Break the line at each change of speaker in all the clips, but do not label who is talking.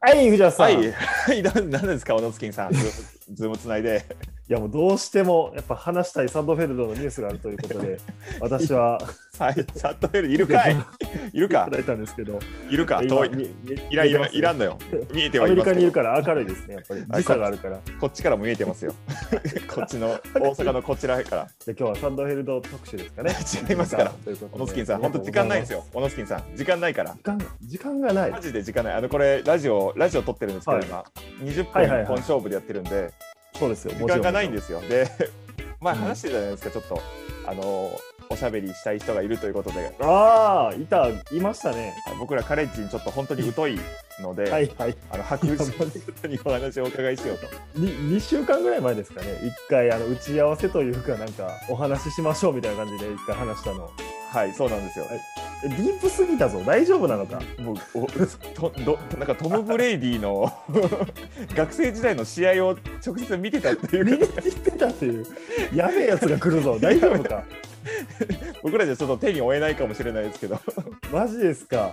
はい、藤田さん。
はい
い、
はい、 ななんですか、小野月さん、ズームズームつないで。
や、もうどうしても、やっぱ話したいサンドフェルドのニュースがあるということ で、私は、
さサットフェルいるかいいる
い
か
ただいたんですけど、
いるか
今
遠い。
に
いらんい
出て
ら
ま
ん
す
いらんのよ。見えて
ア
はい
メリ
ます
カにい
け
るか
ど、
ら明るいですね、やっぱり。時差があるから。
こっちからも見えてますよ。 こっちの大阪のこちらから。
で今日はサンドフェルド特集ですかね。
違いますから。
ということで。
小野月さん、本当時間ないんですよ。小野月さん、時間ないから
時。間。時間がない
マ。ジで時間ない。あのこれラジオラジオ撮ってるんですけど、
はい
今20
はいはいは
分
い
本勝負でやってるんで
そうですよ。。
時間がないんですすよ。で、前
うん
話してたじゃないですか。ちょっとあのおしゃべりしたい人がいるということで、
ああ、いた、いましたね。
僕らカレッジにちょっと本当に疎いので、
はいはい。
あの白人の人にお話をお伺いしようと。
に2週間ぐらい前ですかね、一回あの打ち合わせというか、なんかお話ししましょうみたいな感じで一回話したの。
はい、そうなんですよ。
えディープすぎたぞ、大丈夫なのか。
もうお とどなんかトム・ブレイディの 学生時代の試合を直接見てたってい
見
う
に
か
行ってたっていう、やべえやつが来るぞ、大丈夫か。
僕らじゃちょっと手に負えないかもしれないですけ ど
マジですか。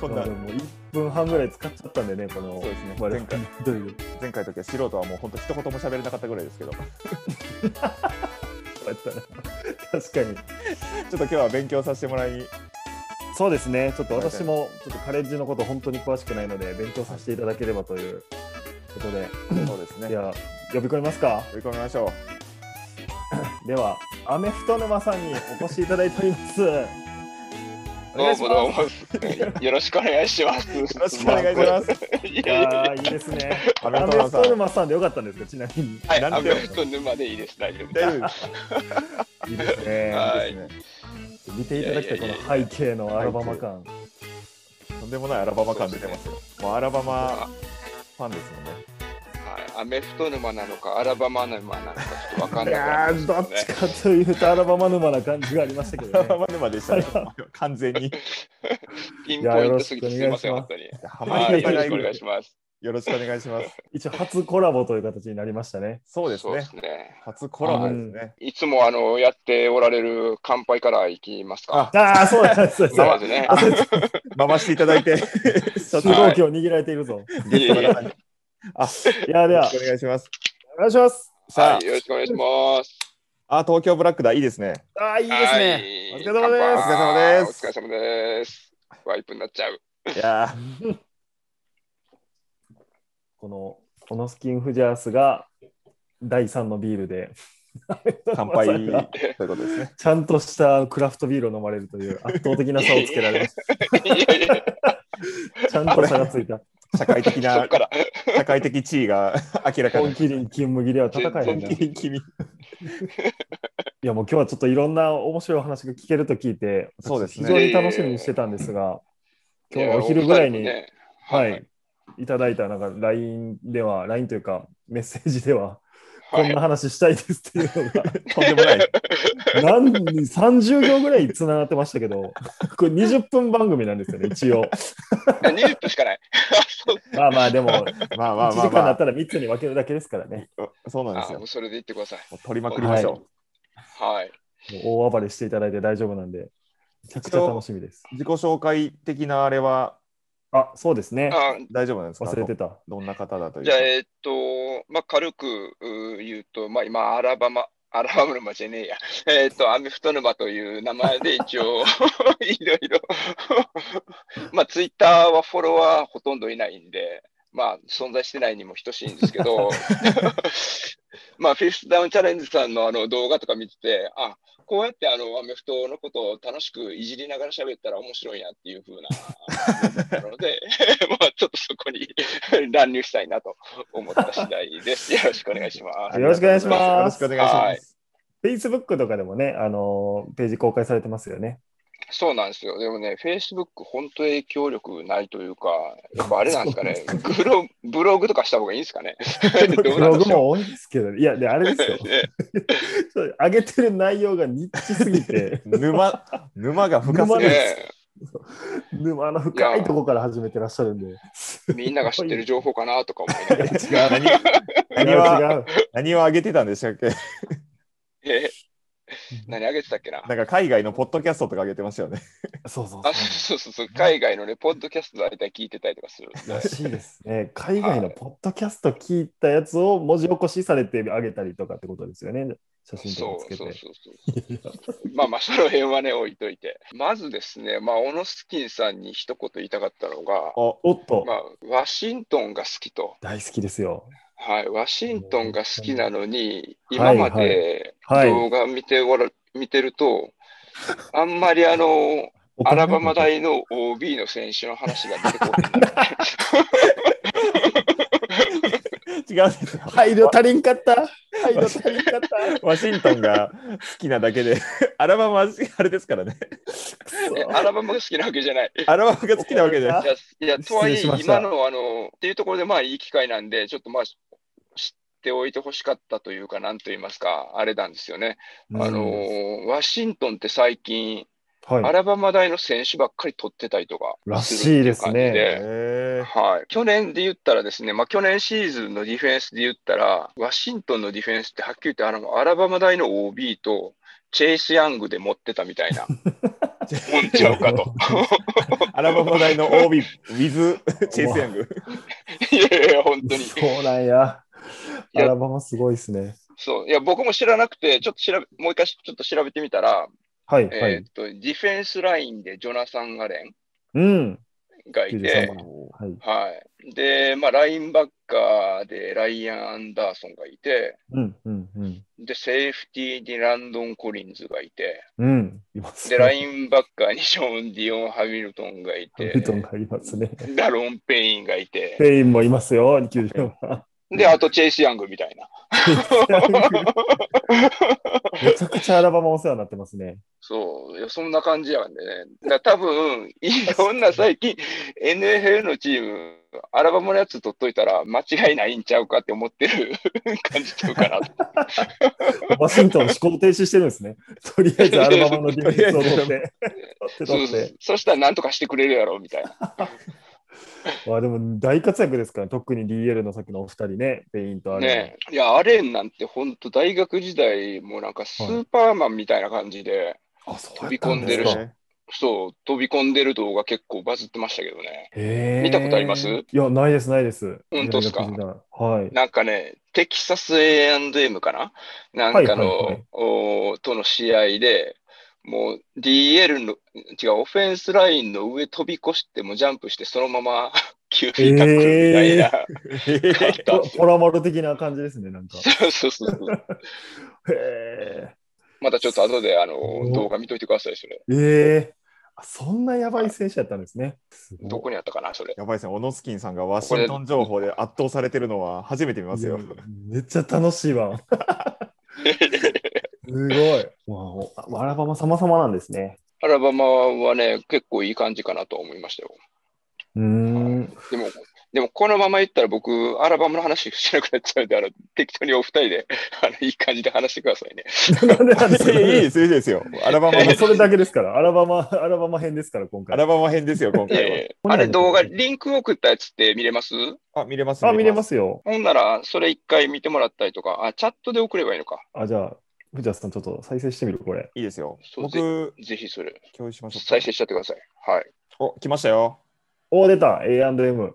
こんな
でも1分半ぐらい使っちゃったんでね、この
そうですね
我々
前回
という
前回の時は素人はもう本当一言も喋れなかったぐらいですけどち ょっ
そうやったな確かに。
と今日は勉強させてもらいに
そうですね、ちょっと
はいはい
私もちょっとカレッジのこと本当に詳しくないので、勉強させていただければということで、
そうです
い
ね
や、呼び込みますか。
追い込みましょ
では、アメフト沼さんにお越しいただいております。お願いし
どう
ま
もどうも。よろしくお願いします。よろ。
うよろしくお願いしますす
い
す。
やいや
ああ、いいですね。
ア
ア
メ
メ
フト
フ
さん
ト沼さんでよかったんですか、ちなみに。
はい、
な
ア
んで
メフト沼でいいです。大丈夫で
大
す。
丈夫です
いいですね。
はい
いいですね
見ていただきたい、この背景のアラバマ感。
とんでもないアラバマ感出てますよもうアラバマ
は
ファンですもんね
い、アメフト沼なのか、アラバマ沼なのか、ちょっとわかん
い
ない
やー、どっちかというとアラバマ沼な感じがありました け
ア
どね。
ラバマ沼でしたね完全に
ピンポイントすぎてすいません、本当に。
ハマ
は
り
い、
方
よろ
が
しくお願いします。
よろしくお願いします
一応初コラボという形になりましたね。
そうです
そうで
ね
すね。
初コラボですね
いつもあのやっておられる乾杯からいきますか。
ああ、そうなんです。そう
ま
なんで
ずね。
回していただい て
す主導権を握られているぞ。
いえいえはい
あ
いや、で
よろ
は
し、くお願いします
お願いします。
さあ、
よろしくお願いします。
あ東京ブラックだいいですね
ああ、いいですね。
はい
お疲れ様です
乾杯
お疲れ
お疲れ様です。ワイプになっちゃう。
いや
この、このスキンフジャースが第3のビールで、
ー乾杯ということですね
ちゃんとしたクラフトビールを飲まれるという圧倒的な差をつけられまし
いやいや
た。ちゃんと差がついた。
社会的
そっ
な
から。
社会的地位が 明らか
本
に。
麒麟、金麦では戦えへんな。
本
い
気
君
や、もう今日はちょっといろんな面白いお話が聞けると聞いて、私
そうですね
非常に楽しみにしてたんですが、今日のお
いや
昼ぐらい
お二人
に、
もね
は
はい
い、いただいた、なんか LINE では、LINE というか、メッセージでは、こ
は
ん
い
な話したいですっていうのが。
とんでもない。
なん30行ぐらいつながってましたけど、これ20分番組なんですよね、一応。
20分しかない。
まあまあ、でも、
まあま
1
あ
時
まあ
間
ま
だ
あ
ったら3つに分けるだけですからね、
おそうなんで
あ
すよ。
も
も
うそれで言ってください。
う取りまくりましょ
はい。
もう大暴れしていただいて大丈夫なんで、めちゃくちゃ楽しみです。
う。自己紹介的なあれは
あそうですね、
あ
大丈夫なんですか
忘れてた。
どんな方だという
じゃあ、えっと、まあ、軽くう言うと、まあ、今、アラバマ、アラバマ沼じゃねえや。えっと、アメフト沼という名前で一応、 いろいろ。 まあ、ツイッターはフォロワーほとんどいないんで、まあ、存在してないにも等しいんですけど、まあ、フィフスダウンチャレンジさんのあの動画とか見てて、あ、こうやってあのアメフトのことを楽しくいじりながら喋ったら面白いなっていうふう ななので、 まあちょっとそこに 乱入したいなと思った次第 です。よろしくお願いします。
よろしくお願いします
よろしくお願いし
は
ま
い
す。
Facebook とかでもね、あのーページ公開されてますよね。
そうなんですよ。でもね、Facebook 本当影響力ないというか、やっぱあれなんですか ね、ブロブログとかした方がいいんですかね。
ブ
どうな
ロ
んで
グ
しょう、
も多いですけど、いや、であれですよ
ね
そう上げてる内容がニッチすぎ て、
沼沼が深す
沼
ぎ
で
る。
ね
沼の深いとこから始めてらっしゃるんで。
みんなが知ってる情報かなとか思い ながら。
何何
違う
は
違う。
何を上げてたんでしたっけ？
え何あげてたっけな。
なんか海外のポッドキャストとか上げてましたよね。
そうそう
あ、そうそうそう、海外のね、ポッドキャスト大体聞いてたりとかする。
らしいですね。海外のポッドキャスト聞いたやつを文字起こしされてあげたりとかってことですよね。写真と
そ
かつ
う
けて。
そうそう そう。まあまあ、その辺はね、置いといて。まずですね、まあ、オノスキンさんに一言言いたかったのが、
お
おっと、
まあ、ワシントンが好きと。
大好きですよ。
はい、ワシントンが好きなのに、
は
今
い
まで
はい
動画見ておら、見てると、あんまりあの、アラバマ大の OB の選手の話が出てこない。
違うんですよ。
配慮足りんかった。配慮足りんかった。
ワシントンが好きなだけで、アラバマはあれですからね。
くそ
えアラバマが好きなわけじゃない。
アラバマが好きなわけで。
あ
いや、いやとはいえ、
失礼しました
今の、あの、っていうところで、まあ、いい機会なんで、ちょっとまあ、し知っておいてほしかったというか、なんと言いますか、あれなんですよね。あのー、ワシントンって最近、
うんは
ア
い、
ラバマ大の選手ばっかり取ってたりとか、
らしいです
するってい
ね。
う感
へ
はい。去年で言ったらですね、まあ、去年シーズンのディフェンスで言ったら、ワシントンのディフェンスってはっきり言って、あの、アラバマ大の OB と、チェイス・ヤングで持ってたみたいな、 もんちゃうかと。
ーアラバマ大の OB、ウィズ・チェイス・ヤング。
いやいや、本当に。
そうなんや。
い
ア
や
ラバマすごいですね。
そう。いや、僕も知らなくて、ちょっと調べ、もう一回ちょっと調べてみたら、
はい、は
えー
い
っ。と、ディフェンスラインでジョナサン・アレ
うん。
ンがい
93
て、
番。はい。
はい。で、まあ、ラインバッカーでライアン・アンダーソンがいて、
うん、うん、うん。
で、セーフティーにランドン・コリンズがいて、
うん。います、ね。
で、ラインバッカーにショーン・ディオン・ハミルトンがい
ハミ
て、
ルトンがいますね。
ダロン・ペインがいて、
ペインもいますよ、90番。
で、あとチェイス・ヤングみたいな。
めちゃくちゃアラバマお世話になってますね。
そう、いやそんな感じやんでね。だから多分、いろんな最近、NFL のチーム、アラバマのやつ取っといたら間違いないんちゃうかって思ってる 感じちゃうかなと。
ワシントン思考停止してるんですね。とりあえずアラバマのディフェンスを取って、
そ
取って取っ
そしたらなんとかしてくれるやろ、みたいな。
て。わあでも大活躍ですから、特に DL の先のお二人ね、ペインとアラバマ。
ねえいや、アレンなんて本当大学時代、もうなんかスーパーマンみたいな感じで、
あ、そう
飛び込んでる
し
し。そう、飛び込んでる動画結構バズってましたけどね。
へえ
見たことあります
いや、ないです、ないです。
本当っすか
大学時代はい。
なんかね、テキサス A&M かななん
はい
かの、
はいはい
おーとの試合で、もう DL の、違う、オフェンスラインの上飛び越して、もうジャンプして、そのまま 9フィータックルみたいな、あったんです
ポ
よ。
ラマル的な感じですね、なんか。
そうそ うそう。
へ
またちょっと後であの
お
動画見といてください、それ。
え。ええ。あそんなやばい選手やったんですね。すごい
どこにあったかな、それ。
やばいですね、オノスキンさんがワシントン情報で圧倒されてるのは初めて見ますよ
い。やめっちゃ楽しい わ。すごい。わあおアラバマ様々なんですね。
アラバマはね、結構いい感じかなと思いましたよ。
うーん。
でも、でもこのまま言ったら僕、アラバマの話しなくなっちゃうんで、あの適当にお二人であのいい感じで話してくださいね。
なんでなん
い
ですか
やいやいいですよ、いいですよ。アラバマ
あ
の
のそれだけですから、アラバマ、アラバマ編ですから、今
ア
回。
ラバマ編ですよ、今
いや
回
い
は
や。あれ動画、リンク送ったやつって見れます
あ、見れます。。
あ、見れますすよ。
ほんなら、それ一回見てもらったりとか、あ、チャットで送ればいいのか。
あ、じゃあ、藤田さん、ちょっと再生してみる、これ。
いいですよ。
そう
僕、
ぜひそれ、
共有しましょうか。
再生しちゃってください。はい。
お、来ましたよ。
お、出た、A&M。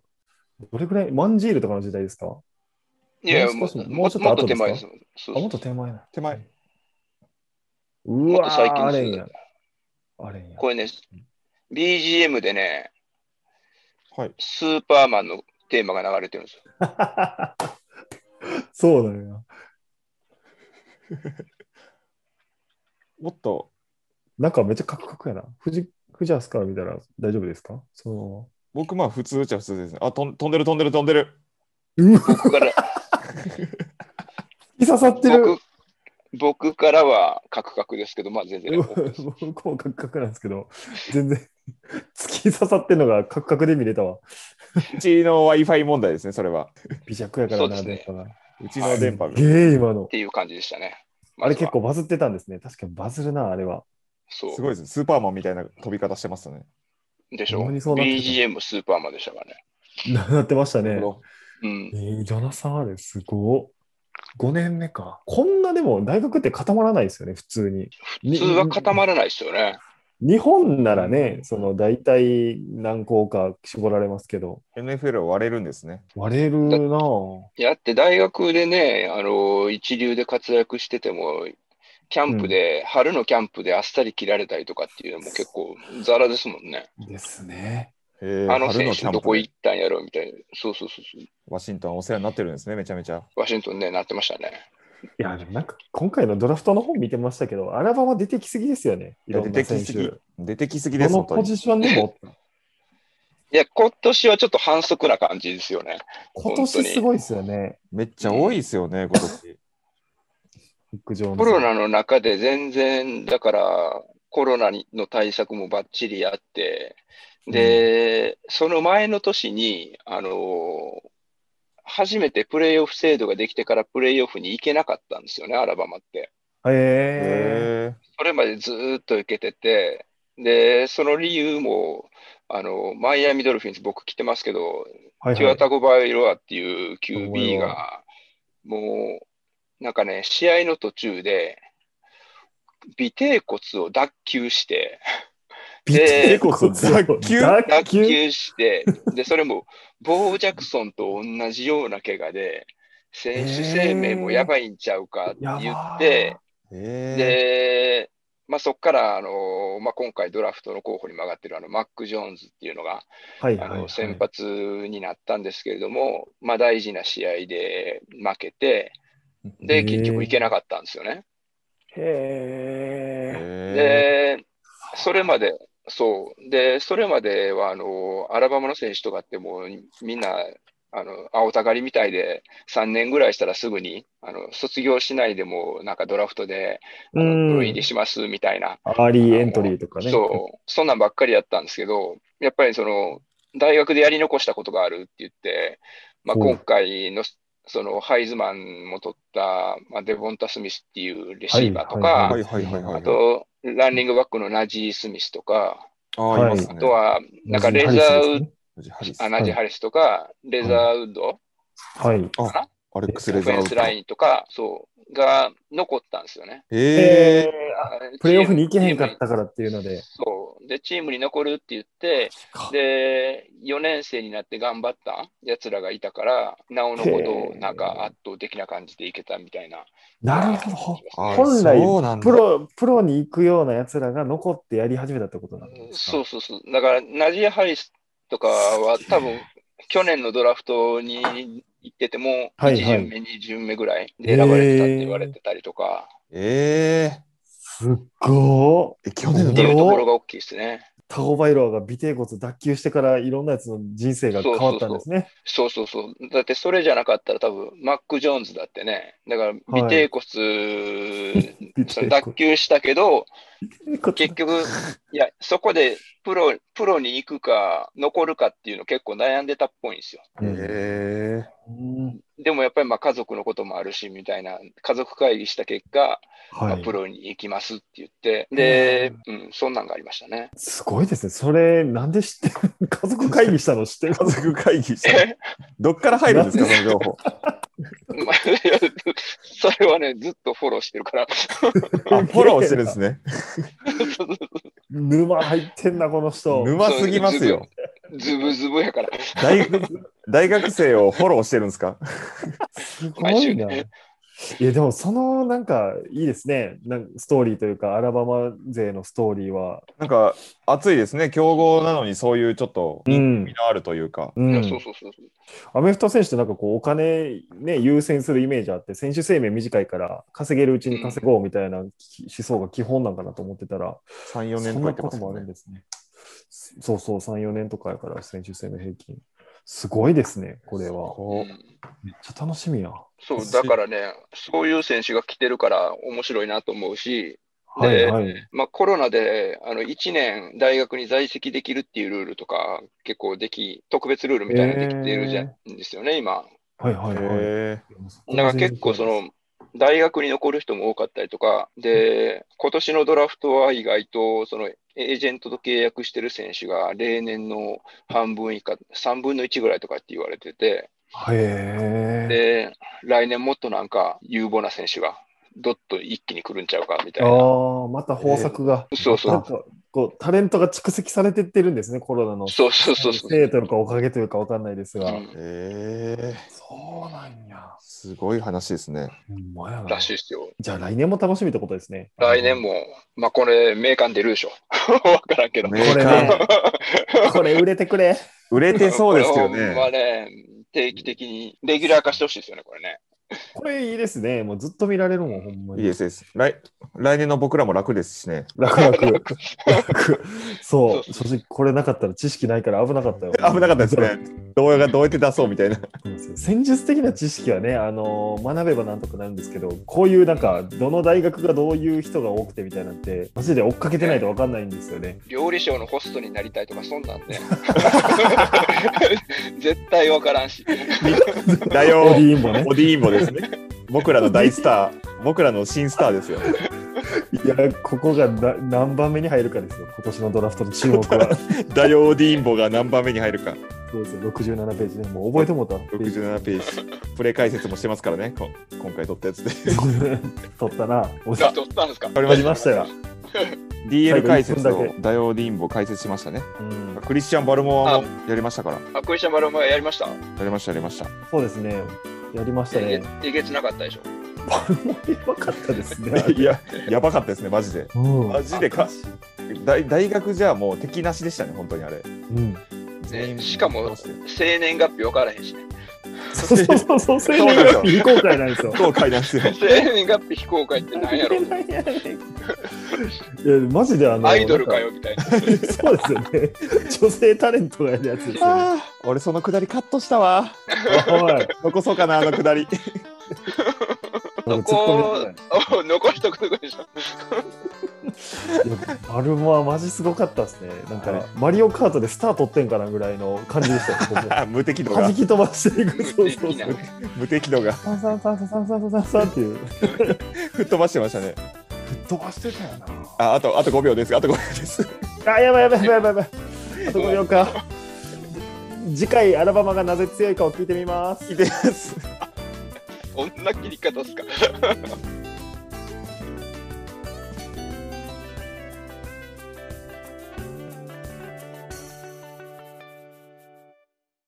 どれくらい、マンジールとかの時代ですか
いや、
も
も
う少し
も
もう
っ
ちょ
と
っと後
手前で
ですす。
そ
あ、
うそ
もっ
う
と手前な。
手前。
う
もっ
わ
と最
ー、
近
あ
です
れんや。あれんや。
これね、BGM でね、
はい。
スーパーマンのテーマが流れてるんですよ。
そうだよ。
もっと、
なんかめっちゃカクカクやな。藤藤ジャスから見たら大丈夫ですかそのまま。
僕、まあ、普通っちゃ普通ですね。あ、とん飛んでる、飛んでる、飛んでる。
僕から、
突き刺さってる
僕、僕からはカクカクですけど、まあ全然 OK です。
僕もカクカクなんですけど、全然突き刺さってるのがカクカクで見れたわ。
うちの Wi-Fi 問題ですね、それは。
微弱やからな、
そうですね
電波が。
うちの電波が
す。げえ今の
っ。ていう感じでしたね。
あれ
まずは
結構バズってたんですね。確かにバズるな、あれは。
そう
すごいですね。スーパーマンみたいな飛び方してますね。
でしょ
ほんまにそうなってた
?BGM スーパーマンでしたからね。
なってました
な
ね
る。ほ
うん
え。ー、ジョナサン・アレン、すごっ。
5年目か。
こんなでも大学って固まらないですよね、普通に。
普
普
通は固まらないですよね。
日本ならね、その大体何校か絞られますけど、
NFL は割れるんですね。
割れるなぁ。
いやだって大学でね、あの、一流で活躍してても、キャンプで、春のキャンプであっさり切られたりとかっていうのも結構ザラですもんね。
ですね。
えー
あの
春
選
の
手
キャンプ
どこ行ったんやろみたいな。そうそうそうそう。
ワシントンお世話になってるんですね、めちゃめちゃ。
ワシントンね、なってましたね。
いや、でもなんか今回のドラフトの本見てましたけど、アラバマ出てきすぎですよね、いろんな
出て
選
き
手。
すぎ
こ。
出てきすぎです、
の
本当
ポ
に。
ジションに もおった、
いや、今年はちょっと反則な感じですよね。
今年すごいですよね、
めっちゃ多いですよね、今年。
陸上の。
コロナの中で全然、だからコロナにの対策もばっちりあって、で、その前の年に、あの、初めてプレーオフ制度ができてからプレーオフに行けなかったんですよね、アラバマって。
え
え
それまでずーっと行けてて、で、その理由も、あの、マイアミドルフィンズ、僕来てますけど、
ーはい
ティ
は
ア
い、
タゴバイロアっていう
おい
QB
おい
が、もう、なんかね、試合の途中で、尾低骨を脱臼して、
ビッ
で
グこそ脱
球
脱
脱
臼
臼して、で、それも、ボー・ジャクソンと同じような怪我で、選手生命もやばいんちゃうかって言って、
ー、え
で、まあ、そこから、あのまあ、今回ドラフトの候補に曲がってるあのマック・ジョーンズっていうのが、
はいは
あ
い、は
の
い。
先発になったんですけれども、まあ、大事な試合で負けて、
へ
で、
ー
結局いけなかったんですよね。
へ
ーえ
で、それまで、そう、で、それまではあのアラバマの選手とかって、もうみんな、あの青たがりみたいで、3年ぐらいしたらすぐにあの卒業しないでも、なんかドラフトであのプロ入りしますみたいな、
アーリーエントリーとかね。
そう、そんなんばっかりやったんですけど、やっぱりその、大学でやり残したことがあるって言って、まあ、
ほう
今回の、その、ハイズマンも取った、まあ、デボンタ・スミスっていうレシーバーと
で
ー、は
か
い、はいはいはい。
あ、と、ランニングバックのナジー・スミスとか、
あ
はい
ーいますね。
あとは、なんかレザーウッ
ナジハリス
ド、あナジー・ハリスとか、レザーウッド、
はい。
アレックス・
オ
レ
フ
ザー
ェ
ウ
ン
ッ
ス
ド
ラインとか、そう、が残ったんですよね。
えー、
プレーオフに行けへんかったからっていうので。
そう。で、チームに残るって言って、で、4年生になって頑張ったやつらがいたから、なおのこと、なんか圧倒的な感じでいけたみたいな。
なるほ
あ
本来
そうなん
ど。
だ
プロ、プロに行くような奴らが残ってやり始めたってことなんですか
そうそうそう。だから、ナジア・ハリスとかは多分、去年のドラフトに行ってても、
はいはい
1巡目、2巡目ぐらいで選ばれてたって言われてたりとか、
え
すっごー。
ー、え去年の
って
ド
い
ラ
う
フ
ところが大きいですね。
タゴバイロアが尾てい骨脱臼してからいろんなやつの人生が変わったんですね。
そうそうそう。だってそれじゃなかったら多分、マック・ジョーンズだってね。だから、尾てい骨、
尾
そ
て
の
い
脱
骨
臼したけど、結
結局
局、いや、そこでプロプロに行くか、残るかっていうの結構悩んでたっぽいんですよ。
ト。え
うん
でもやっぱりまあ家族のこともあるし、みたいな、家族会議した結果、
は
まあ
い
プ、ロに行きますって言って、で、うん、そんなんがありましたね。
すごいですね。それ、なんで知ってる家族会議したの知ってる
ー、家族会議した。どっから入るんですか、その 情報。
まあいやそれはね、ずっとフォローしてるから、
あ、フォローしてるんですね。
沼入って んな、この人。
沼すぎますよ。
ズブズブやから、
大大学生をフォローしてるんですか
すご
毎週
いな。
ね
いや、でもその、なんか、いいですね。なんかストーリーというか、アラバマ勢のストーリーは。
なんか熱いですね、強豪なのにそういうちょっと
う
意
ん
味のあるというか、
う
いや
ん
そうそうそうそう。
アメフト選手ってなんかこうお金、ね、優先するイメージあって選手生命短いから稼げるうちに稼ごうみたいなき思想が基本なんかなと思ってたら、
3、4年
そ
と
ん
か言
な
って
こ
ま
と
す
も
よ
あるん
ね。
ですね。そうそう、3、4年とかやから選手生命平均。すごいですね、これは。
こ
うん
めっちゃ楽しみや。
そう、
し
だからね、そういう選手が来てるから面白いなと思うし、
は
で
いはい。
まあ、コロナであの1年大学に在籍できるっていうルールとか、結構でき、特別ルールみたいなのできてるじゃんですよね、今。
はいは
う
いはい。
へ
だから結構そ、の、大学に残る人も多かったりとか、で、今年のドラフトは意外と、その、エージェントと契約してる選手が例年の半分以下、3分の1ぐらいとかって言われてて、
へえ。
で、来年もっとなんか有望な選手が、どっと一気に来るんちゃうかみたいな。
ああ、また方策が。
そうそ
な。
うん
かこうタレントが蓄積されてってるんですね、コロナの。
そうそうそうそう。
せいというか、おかげというかわかんないです
う
が。
ん
ええ
そうなんや。
すごい話ですね。
ほんまやな
らしいですよ。
じゃあ来年も楽しみってことですね。
来年
も。
も、まあこれ、名鑑出るでしょ。 わからんけど。
名
これね、 これ売れてくれ。
売れてそうですけど
これ
ね。
はね、定期的にレギュラー化してほしいですよね、これね。
これいいですね。もうずっと見られるもん、ほんま
い
に。
いですいいです。来来年の僕らも楽ですしね。
楽 々。楽そう、正直これなかったら知識ないから危なかったよ。
危なかったです ね。動画がどうやって出そうみたいな。
戦術的な知識はね、あの学べばなんとかなるんですけど、こういうなんか、どの大学がどういう人が多くてみたいなんて、マジで追っかけてないと分かんないんですよね。
料理ショーのホストになりたいとか、そんなんね。 絶対わからんし。
だよ
オディーンもね。
オディーンもですね。僕らの大スター、僕らの新スターですよ。
いや、ここがな何番目に入るかですよ、今年のドラフトの注目 は。
ダヨオディーンボが何番目に入るか。
そうですよ、67ページね。もう覚えてもうた。
67ページ。プレイ解説もしてますからね。こ今回撮ったやつで。
取ったな。おしゃ
あ、取ったんですか
取
取りましたよ。
DL 解説
最後一分
を
だ
ダヨオディーンボ解説しましたね。
うん、
クリスチャン・バルモアもやりましたから。
あ、小石丸もやりました
やりました、やりました。
そうですね。やりました
え
ね。
げえげつなかったでしょ。
バルモ やばかったですね。
いや、やばかったですね、マジで。
うん
マジでか。大大学じゃもう敵なしでしたね、本当にあれ。
うん。
全員
しかも生年月日わからへんしね。
そうそうそうそう、そう
そうなんですよ
非公開なんですよ。
後悔なんです よ。
生年月日非公開ってな んやろ。
いやマジであの
アイドルかよみた いな。
なんかそうですよね女性タレントがやるやつですよね
あー俺そのくだりカットしたわ。
おい
残そうかな、あのくだり。
な
そ
んかツッコミみたい
こを残しとくとこでしょ。
いやアルモはマジすごかったですねなん
あれ
かマリオカートでスター取ってんかなぐらいの感じでしたよ僕
あ無敵度が
弾、き飛ばしていく そう そう
無敵
そ
な
う
無敵度が
サンサンサンサンサンサンサンサンっていう吹
吹っ飛ばしてましたね。
っ飛ばしてたよな
あ、あと、あと5秒です。あと5秒です。
あやばいやばいやばいやばいあと5秒か次回アラバマがなぜ強いかを聞いてみます
いてます。
こんな切り方っすか。